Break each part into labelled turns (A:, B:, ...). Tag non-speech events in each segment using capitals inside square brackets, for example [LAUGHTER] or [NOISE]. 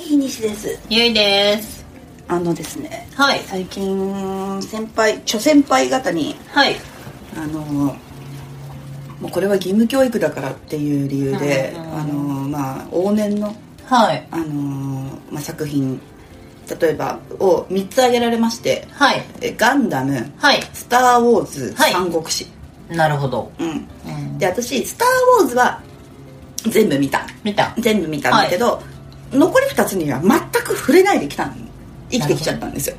A: 日西です
B: ゆいです
A: あのですね
B: はい
A: 最近先輩諸先輩方に
B: はい
A: あのもうこれは義務教育だからっていう理由で、
B: うん
A: あのまあ往年の
B: はい
A: あの、まあ、作品例えばを3つ挙げられまして
B: はい
A: 「えガンダム」
B: はい
A: 「スター・ウォーズ」
B: はい
A: 三国志」
B: なるほど、
A: うん
B: うん
A: で私「スター・ウォーズ」は全部見た
B: 見た
A: 全部見たんだけど、残り2つには全く触れないできたの生きてきちゃったんですよ、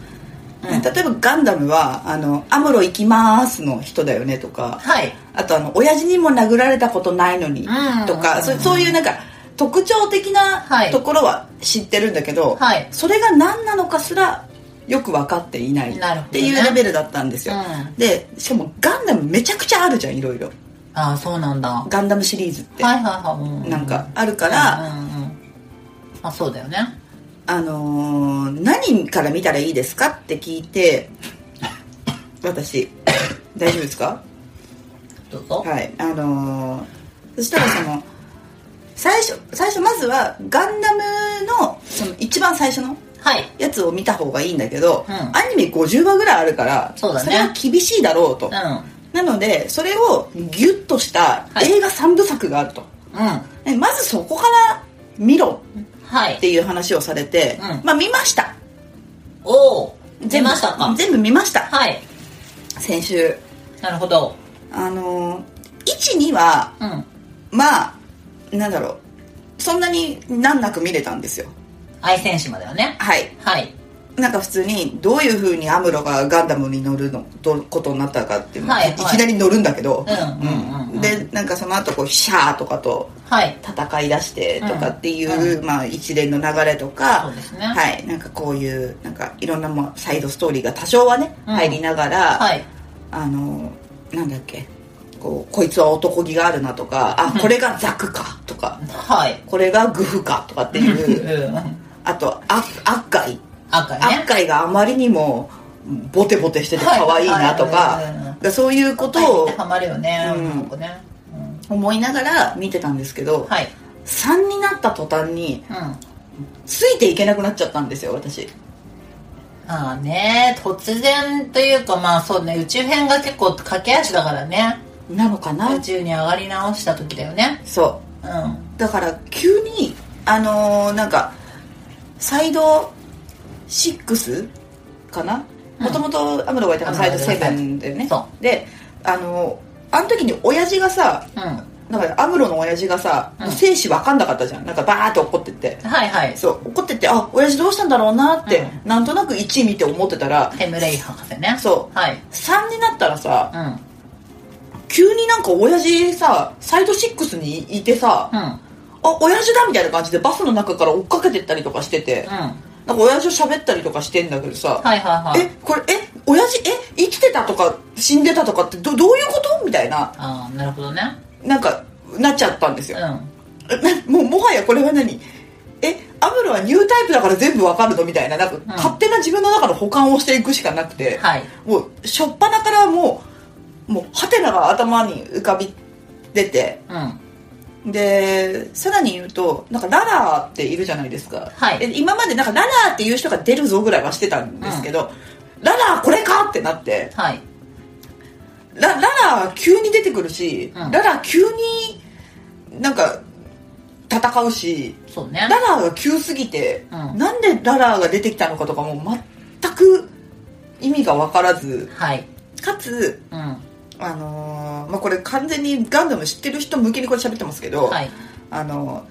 B: なるほど
A: 例えば「ガンダムは」あのアムロ行きまーす」の人だよねとか
B: はい
A: あとあの「親父にも殴られたことないのに」と
B: う
A: か
B: ん
A: そそういうなんか特徴的な
B: はい
A: ところは知ってるんだけど、
B: はい
A: それが何なのかすらよく分かっていない
B: なるほど
A: っ
B: ね
A: ていうレベルだったんですよ、
B: うん
A: でしかもガンダムめちゃくちゃあるじゃんいろいろ
B: ああそうなんだは
A: ガンダムシリーズっ
B: い
A: て
B: はいはい、う
A: なんかあるから、
B: うんうんうんあそうだよね
A: あのー何から見たらいいですかって聞いて私大丈夫ですか
B: どうぞ
A: はいあのーそしたらその最初最初まずはガンダムのその一番最初の
B: はい
A: やつを見た方がいいんだけど、
B: うん
A: アニメ50話ぐらいあるから
B: そうだね
A: れは厳しいだろうと、なのでそれをギュッとした
B: はい
A: 映画3部作があると、
B: うんうん
A: でまずそこから見ろ
B: は
A: っ
B: い
A: ていう話をされて、
B: うん
A: まあ見ました
B: おお出
A: 全部
B: ましたか
A: 全部見ました
B: はい
A: 先週
B: なるほど
A: あの12は
B: うん
A: まあなんだろうそんなに難なく見れたんですよ
B: 愛戦士まではね
A: はい
B: はい
A: なんか普通にどういうふうにアムロがガンダムに乗るのどことになったかっていうの、
B: はいはい
A: いきなり乗るんだけど、
B: うんうんうんうん
A: でなんかその後こうシャーとかと
B: はい
A: 戦い出してとかっていう、まあ、一連の流れとか
B: そうですね
A: はい、なんかこういうなんかいろんなもうサイドストーリーが多少はね、
B: うん
A: 入りながら、
B: はい
A: あのなんだっけこうこいつは男気があるなとかあこれがザクかとか
B: はい
A: これがグフかとかっていう
B: うん
A: あとあ悪海
B: 赤ね
A: 悪海があまりにもボテボテしてて
B: はい
A: 可愛いなとか
B: はいはいはい
A: そういうこと
B: と
A: を
B: ハマるよね、
A: うん
B: なんかね、うん
A: 思いながら見てたんですけど、
B: はい、
A: 3になった途端に
B: うん、あ
A: ついていけなくなっちゃったんですよ私
B: あね突然というかまあそうね宇宙編が結構駆け足だからね
A: なのかな
B: 宇宙に上がり直した時だよね
A: そう
B: うん
A: だから急にあのーなんかサイド6かな
B: うん
A: もともとアムロがいたのサイド7だよね
B: そ
A: であのーあの時に親父がさ
B: ううん
A: なんかアムロの親父がさ、
B: うん
A: もう生死分かんなかったじゃんなんかバーって怒ってって
B: はいはい
A: そう怒ってってあ親父どうしたんだろうなって、
B: う
A: なんとなく1位見て思ってたら
B: テムレイ博士ね
A: そう
B: はい
A: 3になったらさ
B: うん
A: 急になんか親父さサイド6にいてさ、
B: うん
A: あ親父だみたいな感じでバスの中から追っかけてったりとかしてて、
B: うん
A: なんか親父と喋ったりとかしてんだけどさ、
B: はいはいはい
A: えこれえ親父え生きてたとか死んでたとかってどどういうことみたいな
B: ああなるほどね
A: なんかなっちゃったんです
B: う
A: よ
B: ん、
A: えなもうもはやこれは何えアムロはニュータイプだから全部わかるのみたいななんか勝手な自分の中の補完をしていくしかなくて、
B: はい
A: もう初っ端からもうもうハテナが頭に浮かび出て
B: うん
A: でさらに言うとなんかララーっているじゃないですか、
B: はい
A: え今までなんかララーっていう人が出るぞぐらいはしてたんですけど、ララーこれかってなって
B: はい
A: ラララー急に出てくるし、
B: うん
A: ララー急になんか戦うし
B: そう
A: ラ
B: ね
A: ラーが急すぎて、
B: うん
A: なんでララーが出てきたのかとかもう全く意味が分からず
B: はい
A: かつ
B: うん
A: あのーまあ、これ完全にガンダム知ってる人向けにこれ喋ってますけど、
B: はい
A: あの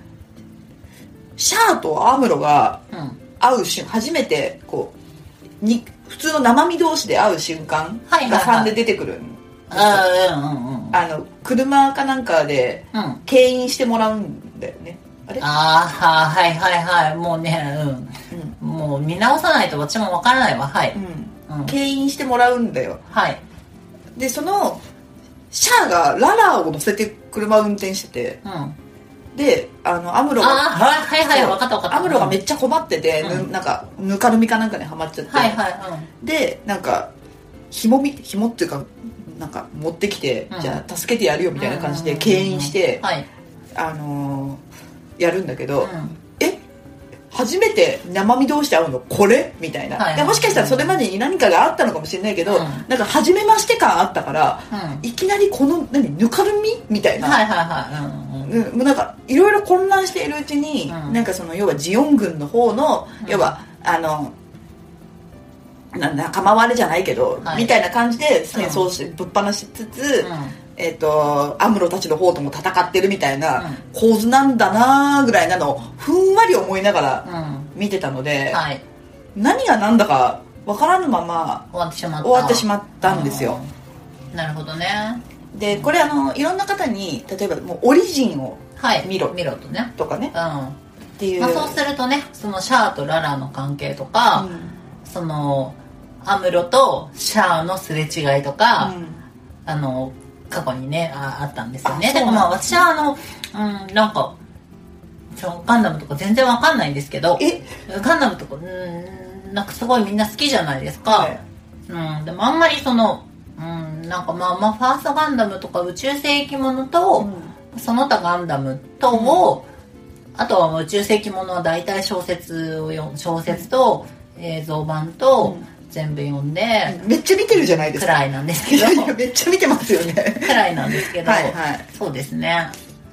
A: シャアとアムロが
B: うん
A: 会う瞬初めてこうに普通の生身同士で会う瞬間
B: はいはい
A: が
B: はい
A: 3で出てくるんですよ、
B: あーうんうんうん
A: あの車かなんかで
B: うん
A: 牽引してもらうんだよねあれ
B: ああはいはいはいもうねうんもう見直さないと私もわからないわはい
A: うん、
B: うん
A: 牽引してもらうんだよ
B: はい
A: でそのシャアがララを乗せて車を運転してて
B: うんあ
A: であのアムロ
B: あ
A: が
B: はいはいはい
A: そう
B: 分かった分かった
A: アムロがめ
B: っち
A: っちゃ困ってて、ぬ
B: うん
A: なんかぬかるみかなんかにはまっちゃって、
B: はいはい
A: でなんか紐み紐っていうかなんか持ってきて、
B: うん
A: じゃあ助けてやるよ
B: うん
A: みたいな感じで牽引して、
B: はい
A: あのーやるんだけど、
B: うん
A: え初めて生身同士で会うのこれみたいな、
B: はいはい
A: でもしかしたらそれまでに何かがあったのかもしれないけど、
B: うん
A: なんか初めまして感あったから、
B: うん
A: いきなりこの何ぬかるみみたいな、
B: はいはいはいうんうん
A: うんもうなんかいろいろ混乱しているうちに、
B: うん
A: なんかその要はジオン軍の方の、
B: うん
A: 要はあのな仲間割れじゃないけど、
B: はい
A: みたいな感じで戦争し、ぶっ放しつつ、
B: う
A: えっ、とアムロたちの方とも戦ってるみたい
B: うん
A: な構図なんだなぐらいなのをふんわり思いながら
B: んうん
A: 見てたので、
B: はい
A: 何が何だかわからぬまま
B: 終わってしまった
A: 終わってしまったんですよ、
B: うんなるほどね
A: でこれあのいろんな方に例えばもうオリジンを
B: はい
A: 見ろ
B: 見ろとね
A: とか
B: う
A: ね
B: んま
A: っていう、
B: あそうするとねそのシャアとララの関係とか、
A: うん
B: そのアムロとシャアのすれ違いとか、あの過去にねああったんですよね
A: あそ
B: だ
A: う
B: か
A: なん
B: ら
A: だ
B: まあ私はあのうんなんかちょガンダムとか全然わかんないんですけど
A: え
B: ガンダムとかうんなんかすごいみんな好きじゃないですか、
A: はい
B: うんでもあんまりそのうんなんかまあまあファーストガンダムとか宇宙世紀ものと、その他ガンダムとを、あとはもう宇宙世紀ものは大体小説を読む小説と映像版と全部読んで、
A: めっちゃ見てるじゃないです
B: く
A: か。
B: らいなんですけ
A: い
B: ど
A: やいや、めっちゃ見てますよね。
B: くらいなんですけど、
A: はいはい
B: そうですね。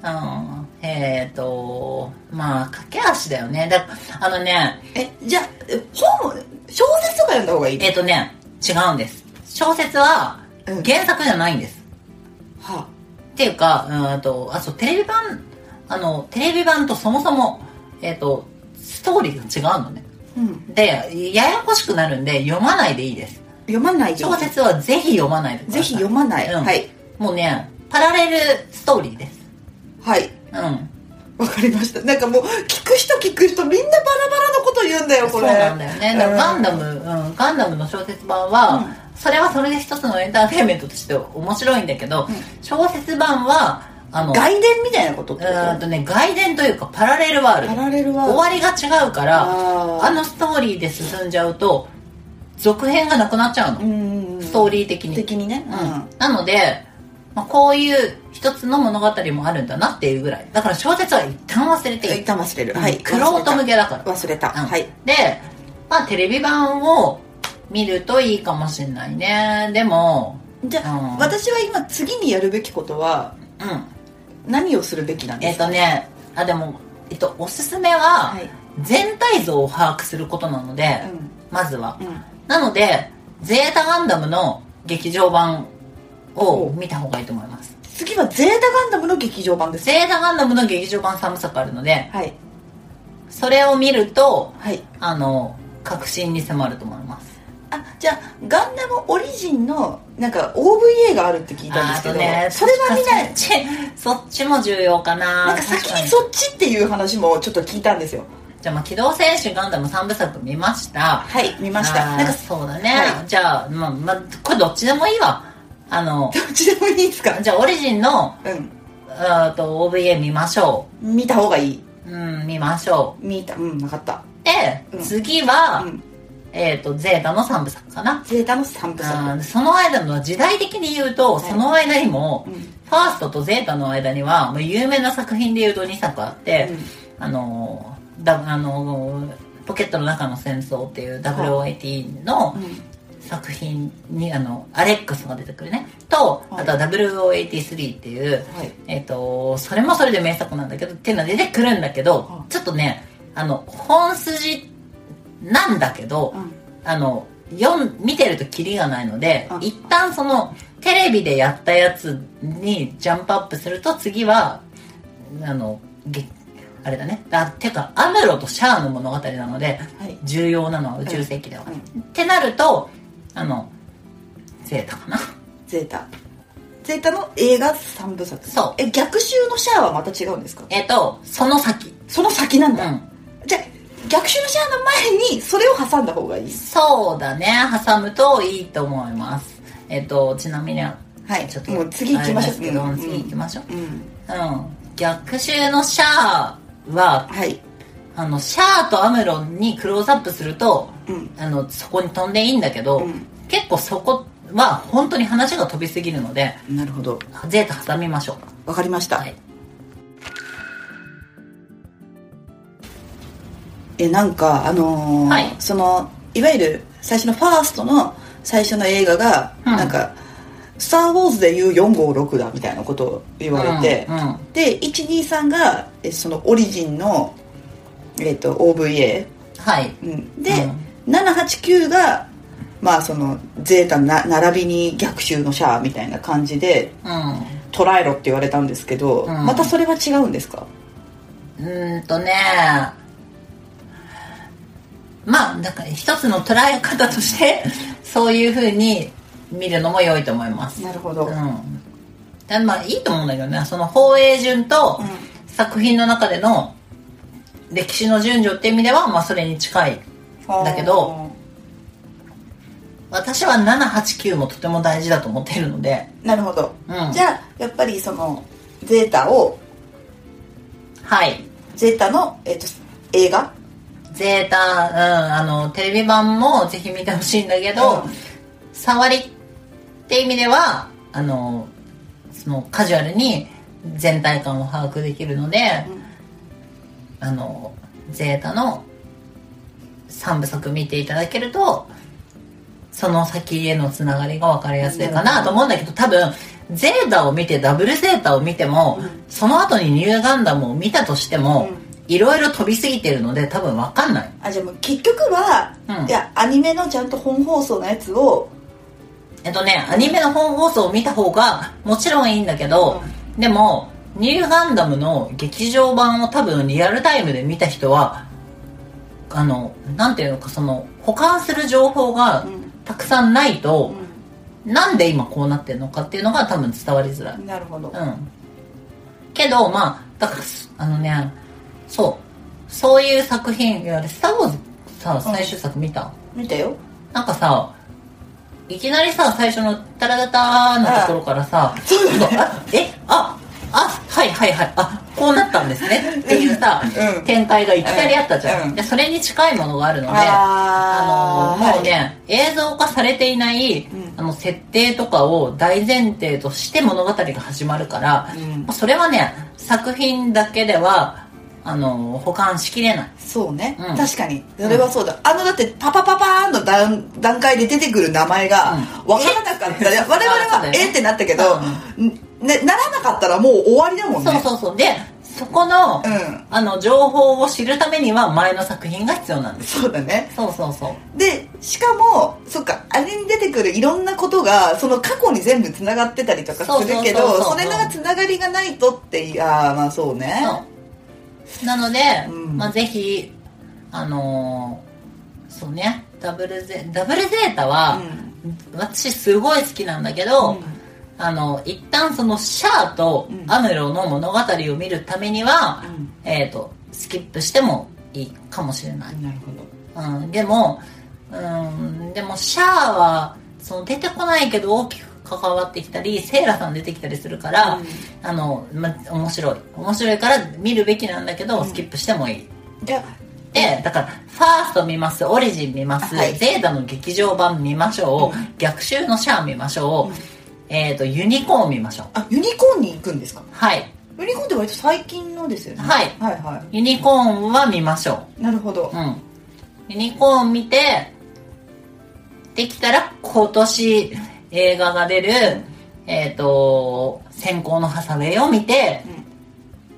B: うん。えっ、と、まあ、駆け足だよね。だあのね、
A: え、じゃあ、え本を、小説とか読んだ方がいい
B: えっ、とね、違うんです。小説は
A: うん
B: 原作じゃないんです。
A: は
B: っていうか、うんと、あ、そう、テレビ版、あの、テレビ版とそもそも、えっ、と、ストーリーが違うのね。
A: うん。
B: で、ややこしくなるんで、読まないでいいです。
A: 読まないよ
B: 小。説はぜひ読まないでくださ
A: ぜ
B: い。
A: ひ読まない。
B: うん
A: はい。
B: もうね、パラレルストーリーです。
A: はい。
B: うん。
A: わかりました。なんかもう、聞く人聞く人、みんなバラバラのこと言うんだよ、こ
B: そう
A: れ。
B: なんだよねだからガンダ
A: ム。
B: ム、うん、ガンダムの小説版は、それはそれで一つのエンターテインメントとして面白いんだけど、小説版はあの
A: 外伝みたいなことっ
B: う
A: てこと
B: ーんとね外伝というかパラレルワールド
A: パラレルワールド
B: 終わりが違うから
A: あー
B: あのストーリーで進んじゃうと続編がなくなっちゃうの、
A: うん。
B: ストーリー的に、
A: 的にね。
B: うんなので、まあ、こういう一つの物語もあるんだなっていうぐらいだから小説は一旦忘れていい、
A: 一旦忘れる。はい。
B: クロート向けだから
A: 忘れた。
B: うん
A: はい。
B: で、まあ、テレビ版を見るといいかもしれないねでも
A: じゃ
B: う
A: あ
B: ん、
A: 私は今、次にやるべきことは、
B: うん
A: 何をするべきなん
B: え
A: で
B: っ、
A: すか
B: とねあでも、えっと、おすすめは
A: はい
B: 全体像を把握することなので、
A: うん
B: まずは、
A: うん
B: なのでゼータガンダムの劇場版を見た方がいいと思います
A: 次はゼータガンダムの劇場版です
B: ゼータガンダムの劇場版寒さがあるので
A: はい
B: それを見ると
A: はい
B: あの確信に迫ると思います
A: あじゃあガンダムオリジンのなんか OVA があるって聞いたんですけ
B: あ
A: ど
B: とね
A: それは見ない
B: そっち [LAUGHS] そっちも重要かな
A: なんか先にそっちっていう話もちょっと聞いたんですよ
B: じゃあまあ「機動戦士ガンダム」3部作見ました
A: はい見ました
B: あー
A: なんか
B: そうだね、
A: は
B: じゃあまあ、まあ、これどっちでもいいわあの
A: どっちでもいいですか
B: じゃあオリジンの
A: う
B: あーと OVA 見ましょ
A: ん見た方がいいう
B: うん見ましょ
A: 見たうんなかった
B: うで、
A: うん
B: 次は、
A: うん
B: えっ、とゼータの3部作かな
A: ゼータの3部作
B: うんその間の時代的に言うと、
A: い
B: その間にも、
A: うん
B: ファーストとゼータの間にはもう有名な作品で言うと2作あって、
A: うん
B: あのーだあのーポケットの中の戦争っていう
A: は
B: WOAT の
A: う
B: 作品にあのアレックスが出てくるねと
A: はい
B: あとは WOAT3 っていう、
A: はい
B: えっとそれもそれで名作なんだけどっていうのは出てくるんだけど
A: はい
B: ちょっとねあの本筋なんだけど、
A: ん
B: あの読ん見てるとキリがないので
A: あ
B: 一旦そのテレビでやったやつにジャンプアップすると次はあのげあれだねあてかアムロとシャアの物語なので
A: はい
B: 重要なのは宇宙世紀では、
A: うん
B: ってなるとあのゼータかな
A: ゼータゼータの映画3部作
B: そう
A: え逆襲のシャアはまた違うんですか
B: えっとその先
A: その先なん
B: う
A: だ、
B: ん
A: じゃあ逆襲のシャアの前にそれを挟んだ方がいい
B: そうだね挟むといいと思いますえっとちなみには
A: はい
B: ちょっと
A: もう次行きましょう
B: あれですけど、
A: うん
B: 次行きましょう
A: うん
B: うん逆襲のシャアは
A: はい
B: あのシャアとアムロンにクローズアップすると
A: うん
B: あのそこに飛んでいいんだけど、
A: うん
B: 結構そこは本当に話が飛びすぎるので
A: なるほど
B: ゼータ挟みましょう
A: わかりました、
B: はい
A: えなんかあのー
B: はい
A: そのいわゆる最初のファーストの最初の映画が、
B: うん
A: なんか「スター・ウォーズ」でいう456だみたいなことを言われて、
B: うんうん
A: で123がえそのオリジンの、えっと OVA、
B: はい
A: うん、で、789がまあそのゼータな並びに逆襲のシャアみたいな感じで
B: う
A: 捉えろって言われたんですけど、
B: うん
A: またそれは違うんですか
B: んうーんとねまあだから一つの捉え方として [LAUGHS] そういうふうに見るのも良いと思います
A: なるほど
B: うんだまあいいと思うんだけどねその放映順と
A: う
B: 作品の中での歴史の順序っていう意味では、まあ、それに近いだけど私は789もとても大事だと思っているので、
A: なるほど、
B: うん
A: じゃあやっぱりそのゼータを
B: はい
A: ゼータの、えっと映画
B: ゼータ、うん、あのテレビ版もぜひ見てほしいんだけど、
A: うん
B: 触りって意味ではあのそのカジュアルに全体感を把握できるので、あのゼータの3部作見ていただけるとその先へのつながりが分かりやすいかなと思うんだけど多分ゼータを見てダブルゼータを見ても、
A: うん
B: その後にニューガンダムを見たとしても、
A: うん
B: いろいろ飛びすぎてるので多分分かんない
A: あじゃあもう結局は、
B: うん
A: いやアニメのちゃんと本放送のやつを
B: えっとねアニメの本放送を見た方がもちろんいいんだけど、でもニューガンダムの劇場版を多分リアルタイムで見た人はあのなんていうのかその保管する情報が
A: うん
B: たくさんないと、
A: う
B: なんで今こうなってるのかっていうのが多分伝わりづらい
A: んなるほど、
B: うんけどまあだからすあのねそうそういう作品いわゆる「スター・ウォーズ」さ最終作見た、
A: 見たよ
B: なんかさいきなりさ最初の「タラダター」のところからさ「
A: そうだね
B: あえああはいはいはいあこうなったんですね」っていうさ、
A: うん
B: 展開がいきなりあったじゃん、
A: うん
B: でそれに近いものがあるのであ
A: あー
B: のもうね、映像化されていない、
A: ん
B: あの設定とかを大前提として物語が始まるから、
A: うん
B: それはね作品だけではあの保管しきれない
A: そうね、
B: うん
A: 確かにそれはそうだ、あのだってパパパパーンの段段階で出てくる名前が
B: うん
A: 分からなかった、ね、我々
B: そうだ
A: は
B: よね
A: えってなったけど、ね、ならなかったらもう終わりだもんね
B: そうそうそうでそこの,、
A: うん
B: あの情報を知るためには前の作品が必要なんです
A: そうだね
B: そうそうそう
A: でしかもそっかあれに出てくるいろんなことがその過去に全部つながってたりとか
B: そう
A: するけど
B: そうそうそう
A: それがつながりがないとっていやーまあそうね
B: そうなので、
A: うん
B: まあ、ぜひあのーそうねダブルゼダブルゼータは、私すごい好きなんだけど、
A: うん
B: あの一旦そのシャアと
A: うん
B: アムロの物語を見るためには、
A: うん
B: えっ、とスキップしてもいいかもしれない、
A: なるほど
B: うん、でもうんでもシャアはその出てこないけど大きく関わってきたりセイラさん出てきたりするから、
A: うん
B: あの、ま、面白い面白いから見るべきなんだけど、スキップしてもいい
A: じゃあ
B: でだからファースト見ますオリジン見ます、
A: はい
B: ゼータの劇場版見ましょう、逆襲のシャア見ましょう、えっ、とユニコーン見ましょう
A: あユニコーンに行くんですか
B: はい
A: ユニコーンって割と最近のですよね
B: はい
A: はいは
B: ユニコーンは見ましょ
A: いなるほど
B: ううんユニコーン見てできたら今年映画が出るえっ、と「先行のハサウェイ」を見て、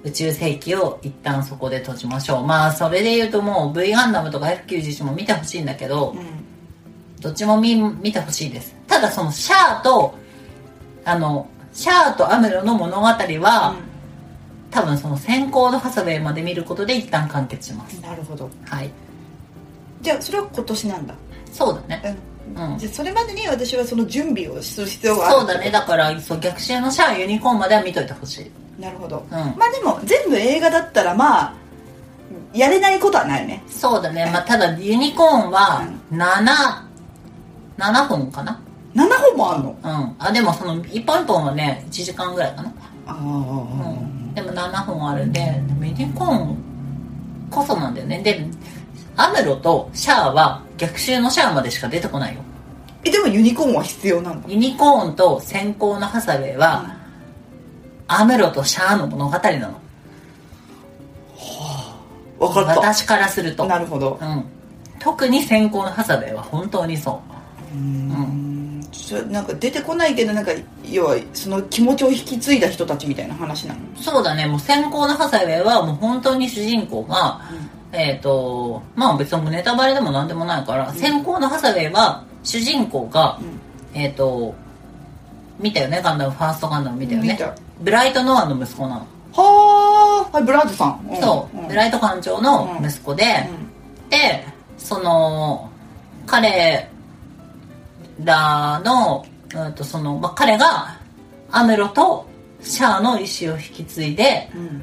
B: 宇宙世紀を一旦そこで閉じましょうまあそれで言うともう V ガンダムとか F91 も見てほしいんだけど、
A: うん
B: どっちも見見てほしいですただそのシャアとあのシャアとアムロの物語は、多分その先行のハサウェイまで見ることで一旦完結します
A: なるほど
B: はい
A: じゃあそれは今年なんだ
B: そうだね
A: うん
B: うん
A: じゃあそれまでに私はその準備をする必要がある
B: そうだねだからそう逆襲のシャアユニコーンまでは見といてほしい
A: なるほど、
B: うん
A: まあでも全部映画だったらまあやれないことはないね
B: そうだね、まあ、ただユニコーンは77本かな
A: 7本もあんの
B: うんあでもその一本一本はね1時間ぐらいかな
A: あ
B: うんでも7本あるんででもユニコーンこそなんだよねでアムロとシャアは逆襲のシャアまでしか出てこないよ
A: えでもユニコーンは必要なんだ
B: ユニコーンと先行のハサウェイは、アムロとシャアの物語なの
A: 分かった
B: 私からすると、
A: なるほど
B: うん、特に先行のハサベは本当にそう
A: ーんそれなんか出てこないけどなんか要はその気持ちを引き継いだ人たちみたいな話なの
B: うそうだねもう先行のハサベはもう本当に主人公が、えっ、とまあ別にネタバレでも何でもないから、先行のハサベは主人公が、えっ、と見たよねガンダムファーストガンダム見たよね
A: 見た
B: ブライト・ノアの息子なの、
A: はあはいブラードさん、ん
B: そう、
A: ん
B: ブライト艦長の息子で、でその彼らの、うんとそのまあ、彼がアムロとシャアの意思を引き継いで
A: うん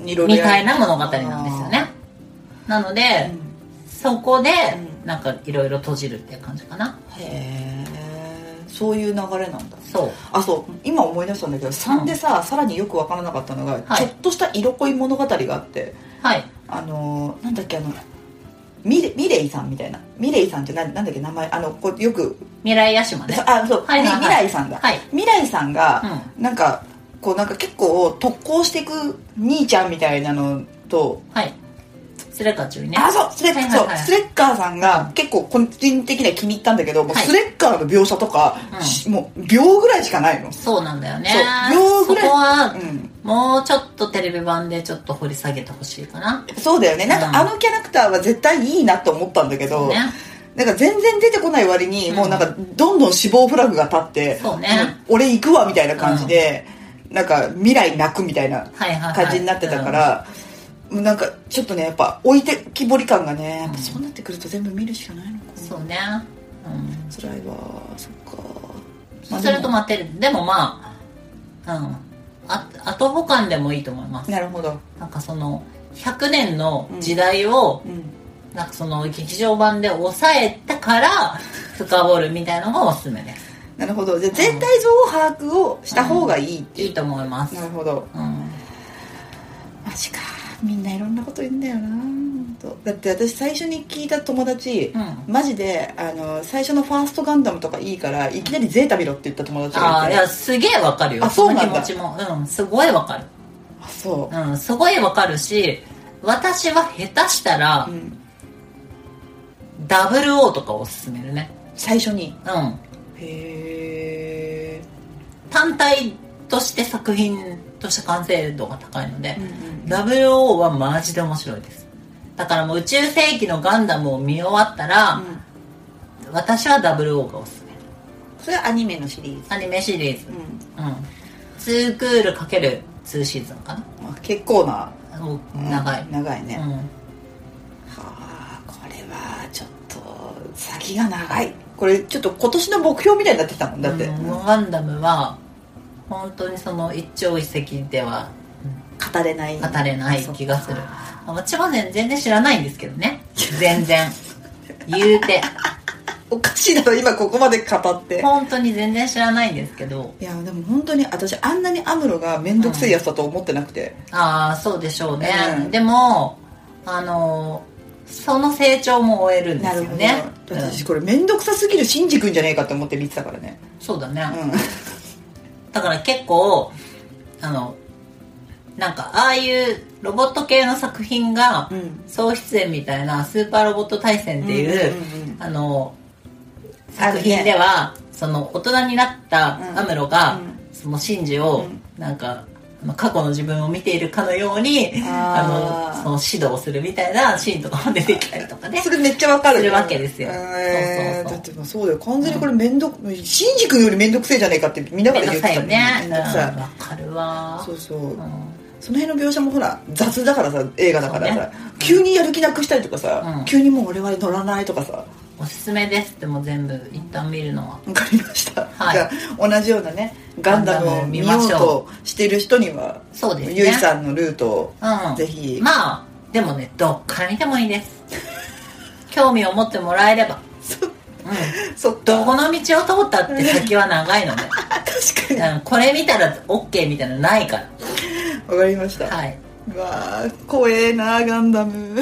A: うん、いろいろ
B: み
A: やる
B: たいな物語なんですよねなので、
A: あーうん
B: そこで
A: う
B: なんかいろいろ閉じるっていう感じかな
A: へえそういう流れなんだ
B: そう
A: あそう今思い出したんだけど3でさ、さらによく分からなかったのが、
B: はい
A: ちょっとした色恋物語があって
B: はい
A: あのーなんだっけあのミレミレイさんみたいなミレイさんってななんだっけ名前あのこうよく
B: 未来屋島ね
A: あそう、
B: はいはいはい
A: み未来さんだ、
B: はい
A: 未来さんが、なんかこうなんか結構特攻していく兄ちゃんみたいなのと
B: はいスレッカ中にね
A: あそうスレッ、
B: はいはいはい
A: そうスレッカーさんが結構個人的には気に入ったんだけど、もう
B: はい
A: スレッカーの描写とか、
B: うん
A: しもう秒ぐらいしかないの、
B: そうなんだよね
A: そう秒
B: そ
A: ぐ
B: こ
A: らい
B: は
A: うん、
B: もうちょっとテレビ版でちょっと掘り下げてほしいかな
A: そうだよねなん
B: うん
A: かあのキャラクターは絶対いいなと思ったんだけど、
B: ね
A: なんか全然出てこない割に、
B: ん
A: もうなんかどんどん死亡フラグが立って
B: そうね
A: うん俺行くわみたいな感じで、なんか未来泣くみたいな
B: はいはいはい
A: 感じになってたか、ら、なんかちょっとねやっぱ置いてきぼり感がねやっぱそうなってくると全部見るしかないのか
B: うん
A: な、
B: そうね、うん、
A: 辛いわそっか、
B: そうすると
A: ま
B: 待ってるでもまあうんあ後補完でもいいと思いま
A: あ
B: す
A: でもなるほど、
B: なんかその100年の時代を、
A: うん、
B: なんかその劇場版で抑えてから深掘るみたいなのがおすすめです
A: なるほどじゃあ全体像を把握をした方がいいってい、
B: いういと思います
A: なるほど
B: うん
A: マジかみんないろんなこと言うんだよな本当だって私最初に聞いた友達、
B: うん
A: マジであの最初の「ファーストガンダム」とかいいからいきなり「ゼータ見ろ」って言った友達
B: あ
A: が
B: あ
A: い
B: い
A: てあ
B: やすげえわかるよ
A: あそうなんだ
B: の気持ちもうんすごいわかる
A: そ
B: うんすごいわかるし私は下手したら
A: う、うん、
B: 00とかおすすめるね
A: 最初に
B: うん
A: へえ、
B: 単体として作品として完成度が高いので
A: う、ん
B: WO はマジで面白いですだからもう宇宙世紀のガンダムを見終わったら、
A: うん、
B: 私は WO がおすすめ
A: それはアニメのシリーズ、
B: アニメシリーズ
A: う
B: うん2クールかける2シーズンか
A: んまあ、結構な、
B: なもう
A: うん
B: 長い、
A: 長いね、
B: う
A: は
B: ん、
A: あこれはちょっと先が長いこれちょっと今年の目標みたいになってきたもんだって、
B: うん
A: うん語
B: ガンダムは本当にその一朝一夕では
A: れない
B: 語れない気がする私はね全然知らないんですけどね全然言うて
A: おかしいだろ今ここまで語って
B: 本当に全然知らないんですけど
A: いやでも本当に私あんなにアムロが面倒くせえやつだと思ってなくて、
B: ああそうでしょうね、
A: うん
B: でもあのその成長も終えるんですよね、うん
A: 私これ面倒くさすぎるシンジ君じゃねえかって思って見てたからね
B: そうだね、
A: う
B: だから結構あのなんかああいうロボット系の作品が
A: んうん
B: 総出演みたいなスーパーロボット対戦ってい
A: う
B: う、
A: んうんうん
B: あの
A: ある
B: 作
A: ね
B: 品では、その大人になった
A: うん
B: アムロが、
A: うん
B: そのシンジを、なんかまあ過去の自分を見ているかのように
A: あー
B: あのその指導するみたいなシーンとかも出てきたりとかね
A: それめっちゃわかる
B: するわけですよ
A: えー
B: そうそうそう
A: だってもうそうだよ完全にこれ面倒シンジ君より面倒くせえじゃねえかって見なが
B: めん
A: ら言
B: どく
A: って
B: さい
A: た
B: よ
A: もん
B: ね
A: め
B: うんん
A: どくさい
B: わかるわ
A: そうそう、
B: うん
A: その辺の描写もほら雑だからさ映画だから
B: そう
A: さ、急にやる気なくしたりとかさ、
B: うん
A: 急にもう俺は乗らないとかさ
B: おすすめですってもう全部一旦見るのは
A: わかりました、
B: はい
A: じゃあ同じようなねガンダムを見ようとしている人には
B: そうですね
A: ゆいさんのルートを
B: うん
A: ぜひ
B: まあでもねどっから見てもいいです
A: [LAUGHS]
B: 興味を持ってもらえればうん
A: そっか
B: どこの道を通ったって先は長いので
A: 確か
B: うんこれ見たら OK みたいなのないか
A: にわかりました、
B: らはい
A: わあ怖えなガンダム